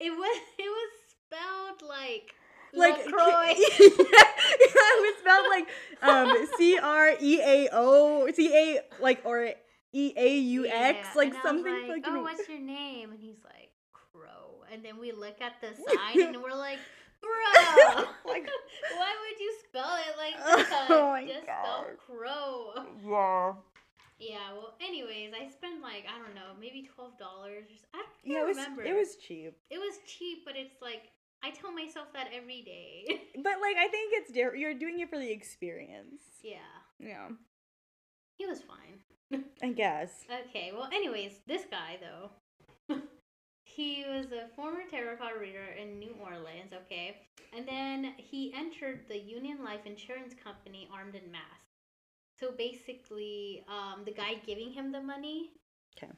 Speaker 2: it was it was spelled like
Speaker 1: like E
Speaker 2: LaCroix.
Speaker 1: yeah, it spelled like um C R E A O C A like or E A U X
Speaker 2: Yeah,
Speaker 1: like
Speaker 2: and I was
Speaker 1: something
Speaker 2: like,
Speaker 1: fucking
Speaker 2: oh, what's your name? And he's like, Crow. And then we look at the sign and we're like, bro,
Speaker 1: Like-
Speaker 2: why would you spell it like that?
Speaker 1: Oh my
Speaker 2: Just
Speaker 1: God.
Speaker 2: spell Crow.
Speaker 1: yeah.
Speaker 2: Yeah. Well, anyways, I spent like I don't know, maybe twelve dollars. I don't even
Speaker 1: Yeah, it was
Speaker 2: remember.
Speaker 1: it was cheap.
Speaker 2: it was cheap, but it's like I tell myself that every day.
Speaker 1: But like I think it's different. You're doing it for the experience.
Speaker 2: yeah.
Speaker 1: Yeah.
Speaker 2: He was fine.
Speaker 1: I guess.
Speaker 2: Okay, well, anyways, this guy, though, he was a former tarot card reader in New Orleans, okay? And then he entered the Union Life Insurance Company armed in mass. So basically, um, the guy giving him the money.
Speaker 1: 'Kay.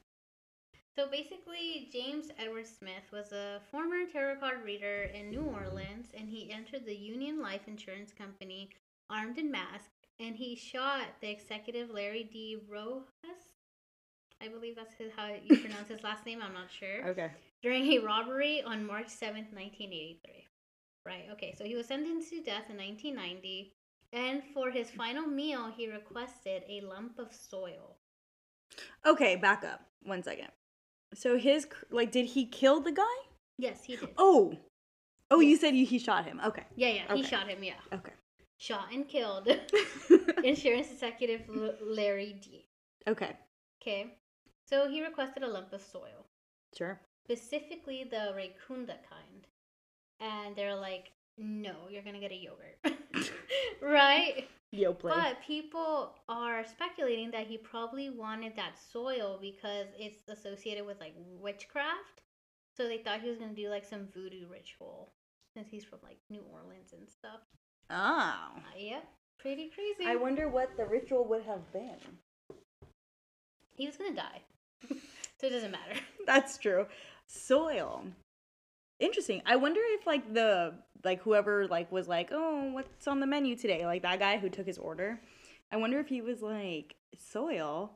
Speaker 2: So basically, James Edward Smith was a former tarot card reader in New Orleans, and he entered the Union Life Insurance Company armed in mask, and he shot the executive Larry D. Rojas. I believe that's his, how you pronounce his last name. I'm not sure.
Speaker 1: Okay.
Speaker 2: During a robbery on March 7th, 1983. Right. Okay. So he was sentenced to death in 1990, and for his final meal, he requested a lump of soil.
Speaker 1: Okay, back up. One second. So his cr- like did he kill the guy?
Speaker 2: Yes, he did.
Speaker 1: Oh. Oh, you
Speaker 2: Yes.
Speaker 1: said you, he shot him. Okay.
Speaker 2: Yeah, yeah. He
Speaker 1: Okay.
Speaker 2: shot him. Yeah.
Speaker 1: Okay.
Speaker 2: Shot and killed insurance executive L- Larry D.
Speaker 1: okay.
Speaker 2: Okay. So he requested a lump of soil.
Speaker 1: Sure.
Speaker 2: specifically the Raycunda kind. And they're like, no, you're gonna get a yogurt. right?
Speaker 1: Yo play.
Speaker 2: But people are speculating that he probably wanted that soil because it's associated with like witchcraft. So they thought he was gonna do like some voodoo ritual since he's from like New Orleans and stuff.
Speaker 1: oh.
Speaker 2: Uh, yeah, pretty crazy.
Speaker 1: I wonder what the ritual would have been.
Speaker 2: he was gonna die. so it doesn't matter.
Speaker 1: That's true. Soil. Interesting. I wonder if like the like whoever like was like, "Oh, what's on the menu today?" like that guy who took his order. I wonder if he was like, "Soil,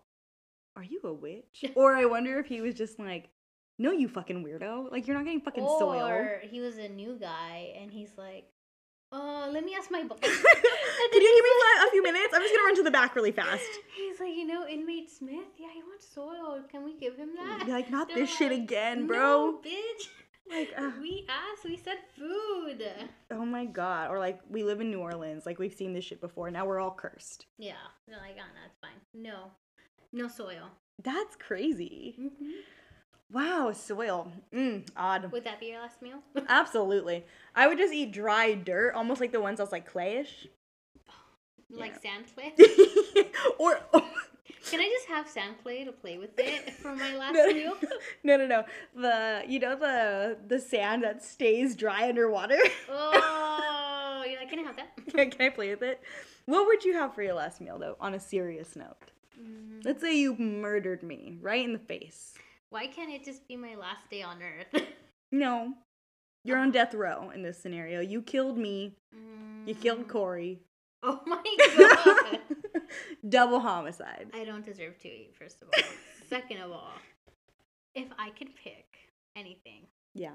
Speaker 1: are you a witch?" or I wonder if he was just like, "No, you fucking weirdo. Like you're not getting fucking
Speaker 2: or
Speaker 1: soil."
Speaker 2: he was a new guy and he's like, oh, let me ask my boss.
Speaker 1: Could you give me like, a few minutes? I'm just going to run to the back really fast.
Speaker 2: He's like, you know, inmate Smith. Yeah, he wants soil. Can we give him that?
Speaker 1: You're like, "Not
Speaker 2: They're
Speaker 1: this shit
Speaker 2: like,
Speaker 1: again, bro."
Speaker 2: No, bitch.
Speaker 1: Like, uh. ugh.
Speaker 2: we asked. We said food.
Speaker 1: Oh my god. Or like we live in New Orleans. Like we've seen this shit before. Now we're all cursed.
Speaker 2: Yeah. They're like, oh, no, it's fine. No, no soil.
Speaker 1: That's crazy. Wow, soil. Mm, odd.
Speaker 2: Would that be your last meal?
Speaker 1: Absolutely. I would just eat dry dirt, almost like the ones that's like clayish.
Speaker 2: like sand clay?
Speaker 1: or oh,
Speaker 2: Can I just have sand clay to play with it for my last
Speaker 1: no,
Speaker 2: meal?
Speaker 1: no, no, no. The you know the the sand that stays dry underwater.
Speaker 2: Oh, you're like, can I have that?
Speaker 1: Can I play with it? What would you have for your last meal though? On a serious note,
Speaker 2: Mm,
Speaker 1: let's say you murdered me right in the face.
Speaker 2: Why can't it just be my last day on earth?
Speaker 1: No. You're on death row in this scenario. You killed me. You killed
Speaker 2: Mm,
Speaker 1: Corey.
Speaker 2: Oh my god.
Speaker 1: Double homicide.
Speaker 2: I don't deserve to eat, first of all. Second of all, if I could pick anything,
Speaker 1: Yeah.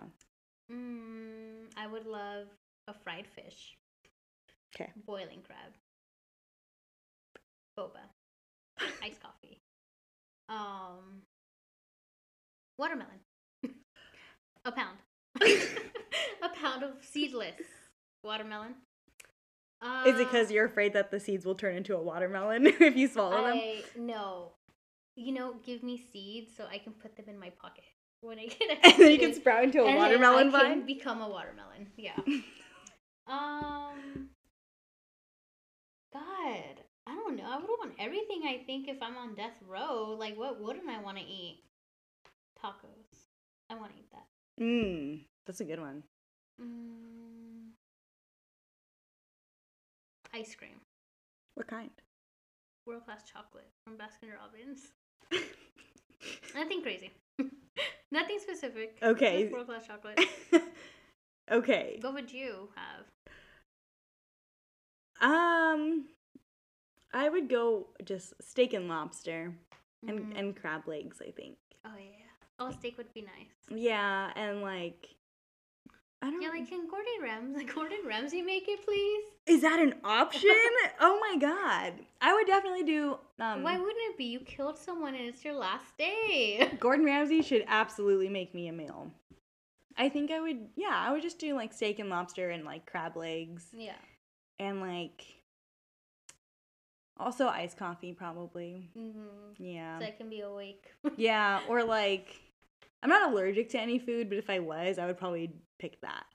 Speaker 2: mm, I would love a fried fish.
Speaker 1: 'Kay.
Speaker 2: Boiling crab. Boba. Iced coffee. Um, watermelon. a pound. a pound of seedless watermelon. Uh,
Speaker 1: Is it because you're afraid that the seeds will turn into a watermelon if you swallow them?
Speaker 2: I no. You know, give me seeds so I can put them in my pocket when I get a
Speaker 1: And then you can sprout into a watermelon
Speaker 2: I can
Speaker 1: vine?
Speaker 2: become a watermelon. Yeah. um. God, I don't know. I would want everything. I think if I'm on death row, like what wouldn't I want to eat? Tacos. I want to eat that.
Speaker 1: Mmm. That's a good one.
Speaker 2: Mm. Ice cream,
Speaker 1: What kind?
Speaker 2: world class chocolate from Baskin Robbins. Nothing crazy. Nothing specific.
Speaker 1: Okay.
Speaker 2: World class chocolate.
Speaker 1: okay.
Speaker 2: what would you have?
Speaker 1: Um I would go just steak and lobster and
Speaker 2: Mm.
Speaker 1: and crab legs, I think.
Speaker 2: Oh yeah. Oh, steak would be nice.
Speaker 1: Yeah, and like I don't
Speaker 2: Yeah, like can Gordon Ramsay Gordon Ramsay make it, please?
Speaker 1: Is that an option? oh my god. I would definitely do um
Speaker 2: Why wouldn't it be? You killed someone and it's your last day.
Speaker 1: Gordon Ramsay should absolutely make me a meal. I think I would yeah, I would just do like steak and lobster and like crab legs
Speaker 2: yeah.
Speaker 1: and like also iced coffee probably.
Speaker 2: Mm-hmm.
Speaker 1: Yeah.
Speaker 2: So I can be awake.
Speaker 1: Yeah, or like I'm not allergic to any food, but if I was, I would probably pick that.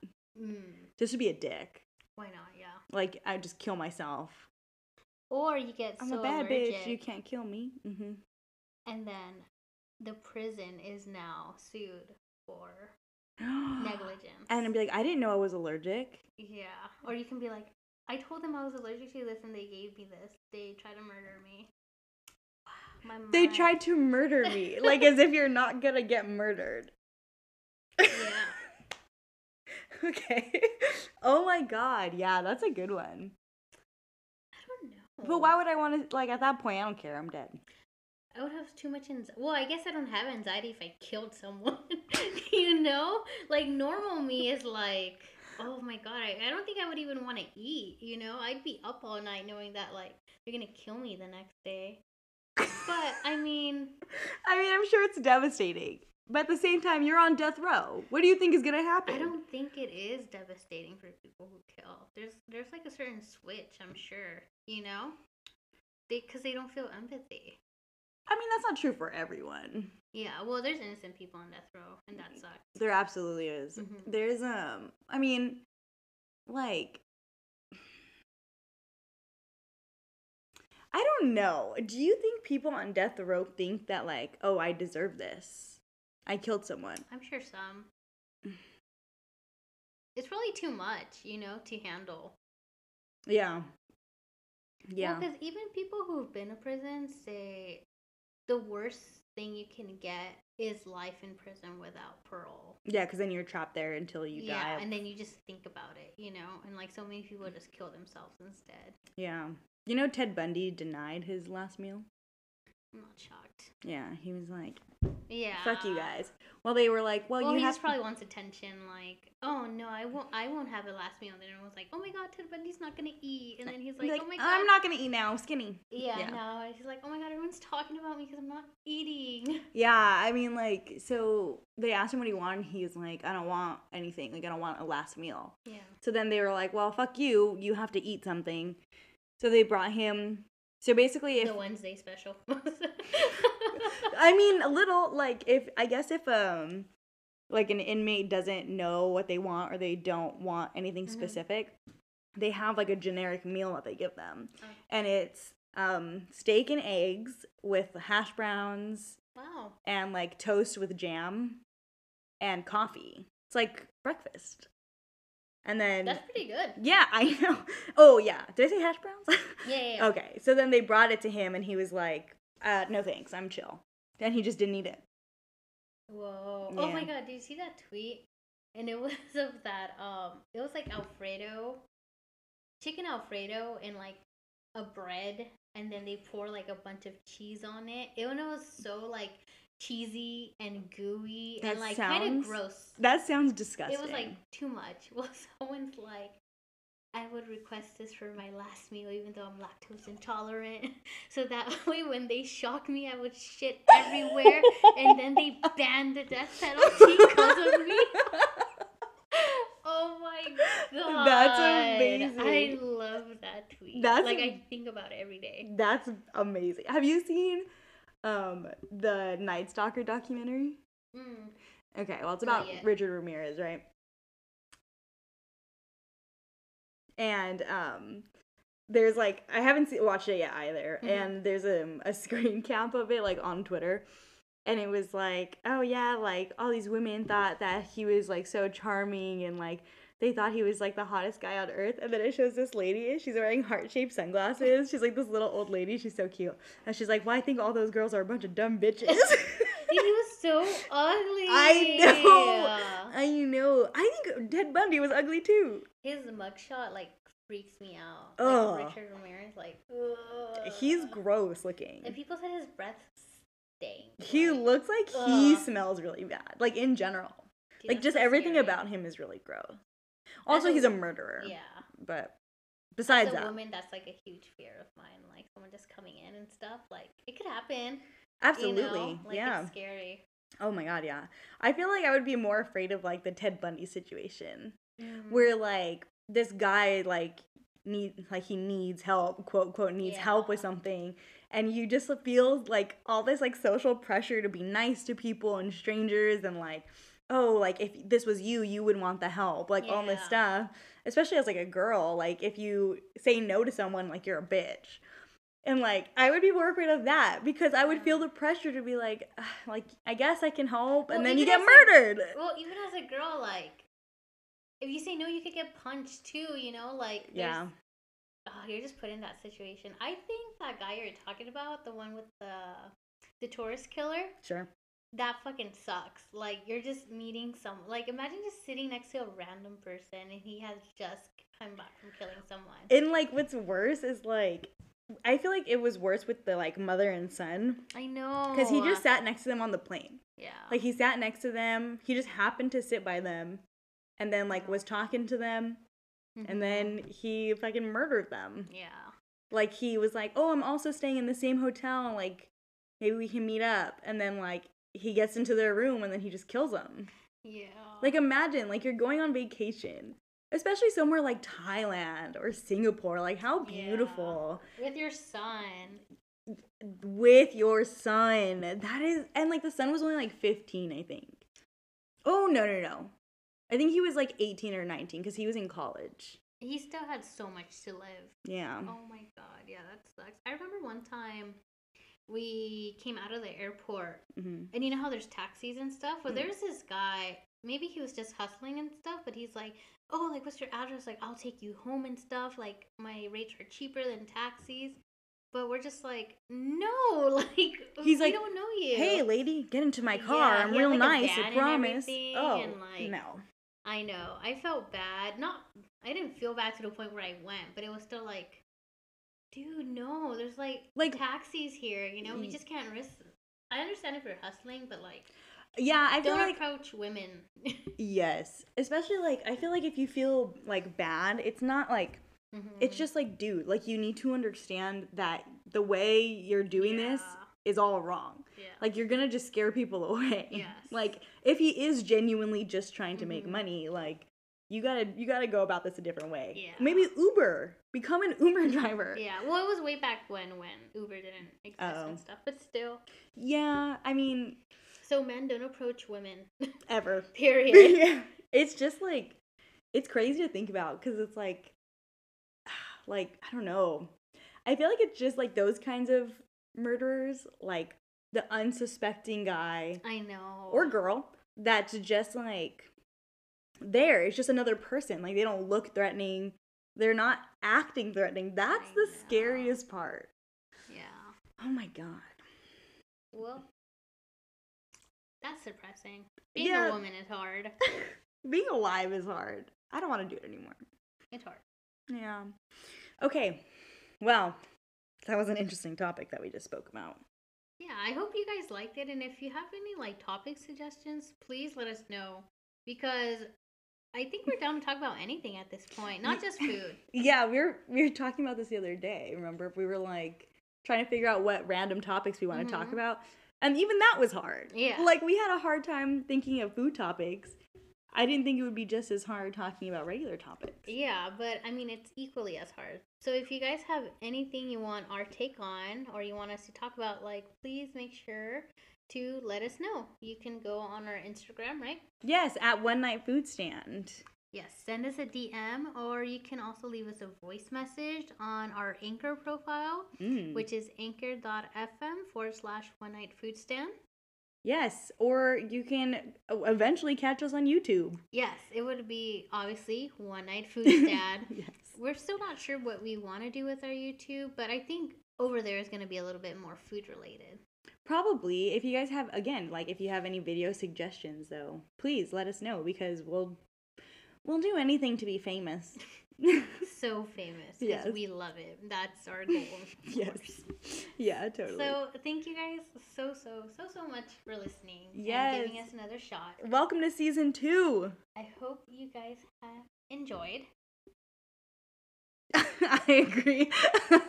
Speaker 2: mm.
Speaker 1: Just to be a dick.
Speaker 2: Why not? Yeah.
Speaker 1: Like I'd just kill myself.
Speaker 2: Or you get
Speaker 1: I'm
Speaker 2: so
Speaker 1: a bad
Speaker 2: allergic,
Speaker 1: bitch. You can't kill me. hmm
Speaker 2: and then the prison is now sued for negligence.
Speaker 1: Mm-hmm. And I'd be like, I didn't know I was allergic.
Speaker 2: Yeah. Or you can be like, I told them I was allergic to this and they gave me this. They tried to murder me. My
Speaker 1: They
Speaker 2: mind-
Speaker 1: tried to murder me. like as if you're not gonna get murdered.
Speaker 2: Yeah.
Speaker 1: Okay. oh my god. Yeah, that's a good one.
Speaker 2: I don't know.
Speaker 1: But why would I want to? Like at that point, I don't care. I'm dead.
Speaker 2: I would have too much anxiety. Well, I guess I don't have anxiety if I killed someone. you know? Like, normal me is like, oh my god, I, I don't think I would even want to eat. You know? I'd be up all night knowing that, like, they're going to kill me the next day. But, I mean,
Speaker 1: I mean, I'm sure it's devastating. But at the same time, you're on death row. What do you think is gonna happen?
Speaker 2: I don't think it is devastating for people who kill. There's there's like a certain switch, I'm sure. You know, they because they don't feel empathy.
Speaker 1: I mean, that's not true for everyone.
Speaker 2: Yeah, well, there's innocent people on death row, and that sucks.
Speaker 1: There absolutely is.
Speaker 2: Mhm.
Speaker 1: There's um I mean like I don't know. Do you think people on death row think that like, "Oh, I deserve this. I killed someone."
Speaker 2: I'm sure some. It's really too much, you know, to handle.
Speaker 1: Yeah. Yeah.
Speaker 2: Because even people who've been to prison say the worst thing you can get is life in prison without parole.
Speaker 1: yeah, cuz then you're trapped there until you
Speaker 2: yeah,
Speaker 1: die.
Speaker 2: and then you just think about it, you know, and like so many people just kill themselves instead.
Speaker 1: yeah. You know Ted Bundy denied his last meal?
Speaker 2: I'm not shocked.
Speaker 1: Yeah, he was like,
Speaker 2: Yeah.
Speaker 1: "Fuck you guys." Well, they were like, "Well,
Speaker 2: Well,
Speaker 1: you
Speaker 2: he
Speaker 1: have
Speaker 2: just probably wants attention. Like, oh no, I won't. I won't have a last meal. And then everyone's like, oh my god, Ted Bundy's not gonna eat. And then he's like,
Speaker 1: like,
Speaker 2: oh my god,
Speaker 1: I'm not going to eat now. I'm skinny."
Speaker 2: Yeah,
Speaker 1: yeah.
Speaker 2: no. and He's like, oh my god, everyone's talking about me because I'm not eating.
Speaker 1: Yeah, I mean, like, so they asked him what he wanted. and He's like, I don't want anything. Like, I don't want a last meal.
Speaker 2: Yeah.
Speaker 1: So then they were like, well, fuck you. You have to eat something. So they brought him. So basically, if
Speaker 2: the Wednesday special.
Speaker 1: I mean, a little like if I guess if um like an inmate doesn't know what they want or they don't want anything
Speaker 2: Mhm.
Speaker 1: specific, they have like a generic meal that they give them,
Speaker 2: Oh.
Speaker 1: and it's um steak and eggs with hash browns
Speaker 2: wow.
Speaker 1: and like toast with jam and coffee. It's like breakfast. And then
Speaker 2: That's pretty good.
Speaker 1: yeah, I know. Oh yeah, did I say hash browns?
Speaker 2: Yeah. yeah, yeah.
Speaker 1: Okay, so then they brought it to him and he was like, uh, "No thanks, I'm chill." Then he just didn't eat it.
Speaker 2: Whoa. Oh my
Speaker 1: Yeah.
Speaker 2: god, did you see that tweet? And it was of that um it was like Alfredo chicken alfredo and like a bread and then they pour like a bunch of cheese on it. It was so like cheesy and gooey and
Speaker 1: That
Speaker 2: like kind of
Speaker 1: sounds
Speaker 2: gross.
Speaker 1: That sounds disgusting.
Speaker 2: It was like too much. Well, someone's like, I would request this for my last meal, even though I'm lactose intolerant. So that way, when they shock me, I would shit everywhere. and then they banned the death penalty because of me. Oh my god.
Speaker 1: That's amazing.
Speaker 2: I love that tweet.
Speaker 1: That's
Speaker 2: like,
Speaker 1: am-
Speaker 2: I think about it every day.
Speaker 1: That's amazing. Have you seen um the Night Stalker documentary?
Speaker 2: Mm.
Speaker 1: Okay, well it's
Speaker 2: Not
Speaker 1: about
Speaker 2: yet.
Speaker 1: Richard Ramirez, right? And um there's like I haven't see, watched it yet either.
Speaker 2: Mhm.
Speaker 1: And there's um, a screen cap of it like on Twitter. And it was like, oh yeah, like all these women thought that he was like so charming and like they thought he was like the hottest guy on earth. And then it shows this lady, she's wearing heart shaped sunglasses. She's like this little old lady, she's so cute. And she's like, well, I think all those girls are a bunch of dumb bitches.
Speaker 2: He was so ugly.
Speaker 1: know. I know. I think Ted Bundy was ugly too.
Speaker 2: His mugshot like freaks me out.
Speaker 1: Ugh.
Speaker 2: Like, Richard Ramirez, like ugh.
Speaker 1: He's gross looking.
Speaker 2: and people said his breath stank.
Speaker 1: He
Speaker 2: like,
Speaker 1: looks like he
Speaker 2: Ugh.
Speaker 1: smells really bad. Like in general.
Speaker 2: dude,
Speaker 1: Like
Speaker 2: that's
Speaker 1: just
Speaker 2: so
Speaker 1: everything
Speaker 2: scary.
Speaker 1: about him is really gross. Also,
Speaker 2: a-
Speaker 1: he's a murderer.
Speaker 2: Yeah,
Speaker 1: But
Speaker 2: as
Speaker 1: besides
Speaker 2: a
Speaker 1: that,
Speaker 2: woman, that's like a huge fear of mine. Like someone just coming in and stuff. Like it could happen.
Speaker 1: absolutely.
Speaker 2: You know? Like
Speaker 1: yeah.
Speaker 2: it's scary.
Speaker 1: Oh my god, yeah. I feel like I would be more afraid of like the Ted Bundy situation
Speaker 2: Mm.
Speaker 1: where like this guy like need like he needs help quote quote needs help with
Speaker 2: Yeah.
Speaker 1: something and you just feel like all this like social pressure to be nice to people and strangers and like oh like if this was you you would want the help like all this
Speaker 2: Yeah.
Speaker 1: stuff especially as like a girl like if you say no to someone like you're a bitch and like i would be more afraid of that because i would feel the pressure to be like "Ugh, like i guess i can help and
Speaker 2: Well,
Speaker 1: then you get
Speaker 2: even as, like,
Speaker 1: murdered
Speaker 2: Well, even as a girl, like if you say no, you could get punched too. You know, like there's-
Speaker 1: yeah
Speaker 2: Oh, you're just put in that situation. I think that guy you're talking about, the one with the the tourist killer,
Speaker 1: sure
Speaker 2: that fucking sucks. Like you're just meeting some like imagine just sitting next to a random person and he has just come back from killing someone.
Speaker 1: And like what's worse is like I feel like it was worse with the like mother and son
Speaker 2: I know.
Speaker 1: cuz he just sat next to them on the plane.
Speaker 2: Yeah.
Speaker 1: Like he sat next to them, he just happened to sit by them and then like was talking to them
Speaker 2: Mhm.
Speaker 1: and then he fucking murdered them.
Speaker 2: Yeah.
Speaker 1: Like he was like, "Oh, I'm also staying in the same hotel, like maybe we can meet up." And then like he gets into their room and then he just kills them.
Speaker 2: Yeah.
Speaker 1: Like imagine like you're going on vacation, especially somewhere like Thailand or Singapore. Like how
Speaker 2: Yeah.
Speaker 1: beautiful
Speaker 2: with your son.
Speaker 1: with your son. That is, and like the son was only like 15, I think. Oh, no, no, no. I think he was like 18 or 19 because he was in college.
Speaker 2: He still had so much to live.
Speaker 1: Yeah.
Speaker 2: Oh my god, yeah, that sucks. I remember one time we came out of the airport
Speaker 1: hmm
Speaker 2: and you know how there's taxis and stuff well
Speaker 1: Mm.
Speaker 2: there's this guy maybe he was just hustling and stuff but he's like oh like what's your address like i'll take you home and stuff like my rates are cheaper than taxis but we're just like no like
Speaker 1: He's
Speaker 2: we
Speaker 1: like,
Speaker 2: don't know you
Speaker 1: Hey, lady, get into my car.
Speaker 2: Yeah,
Speaker 1: I'm
Speaker 2: he had,
Speaker 1: real
Speaker 2: like, a
Speaker 1: nice,
Speaker 2: van
Speaker 1: I
Speaker 2: and
Speaker 1: promise.
Speaker 2: everything
Speaker 1: Oh,
Speaker 2: and, like-
Speaker 1: no.
Speaker 2: i know i felt bad not i didn't feel bad to the point where i went but it was still like dude no there's like
Speaker 1: Like-
Speaker 2: taxis here you know we
Speaker 1: Y-
Speaker 2: just can't risk i understand if you're hustling but like
Speaker 1: Yeah, I feel
Speaker 2: don't
Speaker 1: like
Speaker 2: approach women
Speaker 1: yes, especially like I feel like if you feel like bad, it's not like it's
Speaker 2: Mm.
Speaker 1: just like dude, like you need to understand that the way you're doing this
Speaker 2: Yeah.
Speaker 1: is all wrong.
Speaker 2: yeah
Speaker 1: Like you're gonna just scare people away.
Speaker 2: Yes.
Speaker 1: Like if he is genuinely just trying to make
Speaker 2: Mhm.
Speaker 1: money, like you gotta you gotta go about this a different way.
Speaker 2: Yeah.
Speaker 1: Maybe Uber. Become an Uber driver.
Speaker 2: Yeah, well, it was way back when when Uber didn't exist
Speaker 1: Oh.
Speaker 2: and stuff, but still.
Speaker 1: Yeah, I mean,
Speaker 2: So men don't approach women.
Speaker 1: ever.
Speaker 2: Period.
Speaker 1: yeah. It's just like it's crazy to think about because it's like like I don't know. I feel like it's just like those kinds of murderers, like the unsuspecting guy.
Speaker 2: I know.
Speaker 1: or girl that's just like there. It's just another person. Like they don't look threatening. They're not acting threatening. That's
Speaker 2: I
Speaker 1: the
Speaker 2: know.
Speaker 1: scariest part.
Speaker 2: Yeah.
Speaker 1: Oh my god.
Speaker 2: Well, that's depressing. Being
Speaker 1: Yeah.
Speaker 2: a woman is hard.
Speaker 1: Being alive is hard. I don't want to do it anymore.
Speaker 2: It's hard.
Speaker 1: Yeah. Okay. Well, that was an interesting topic that we just spoke about.
Speaker 2: Yeah, I hope you guys liked it. And if you have any like topic suggestions, please let us know because I think we're done talking about anything at this point, not just food.
Speaker 1: Yeah, we were we were talking about this the other day. Remember, we were like trying to figure out what random topics we want to talk
Speaker 2: Mhm.
Speaker 1: about, and even that was hard.
Speaker 2: Yeah.
Speaker 1: like we had a hard time thinking of food topics. I didn't think it would be just as hard talking about regular topics.
Speaker 2: Yeah, but I mean, it's equally as hard. So if you guys have anything you want our take on or you want us to talk about, like, please make sure to let us know. You can go on our Instagram, right?
Speaker 1: Yes, at one night food stand.
Speaker 2: Yes, send us a DM or you can also leave us a voice message on our Anchor profile,
Speaker 1: Mm.
Speaker 2: which is anchor.fm forward slash one night food stand.
Speaker 1: Yes, or you can e, eventually catch us on YouTube.
Speaker 2: Yes, it would be obviously one night food stand.
Speaker 1: yes.
Speaker 2: We're still not sure what we want to do with our YouTube, but I think over there is going to be a little bit more food related.
Speaker 1: Probably, if you guys have, again, like if you have any video suggestions, though, please let us know because we'll we'll do anything to be famous.
Speaker 2: So famous. 'cause
Speaker 1: Yes.
Speaker 2: We love it. That's our goal. of course.
Speaker 1: Yeah, totally.
Speaker 2: So thank you guys so, so, so, so much for listening. And giving
Speaker 1: Yes.
Speaker 2: us another shot.
Speaker 1: Welcome to season two.
Speaker 2: I hope you guys have enjoyed.
Speaker 1: I agree.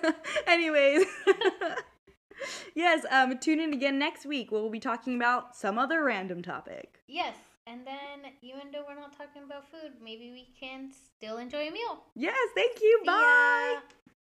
Speaker 1: Anyways. yes, um tune in again next week. We'll be talking about some other random topic.
Speaker 2: Yes. And then even though we're not talking about food, maybe we can still enjoy a meal.
Speaker 1: Yes, thank you.
Speaker 2: See
Speaker 1: Bye.
Speaker 2: ya.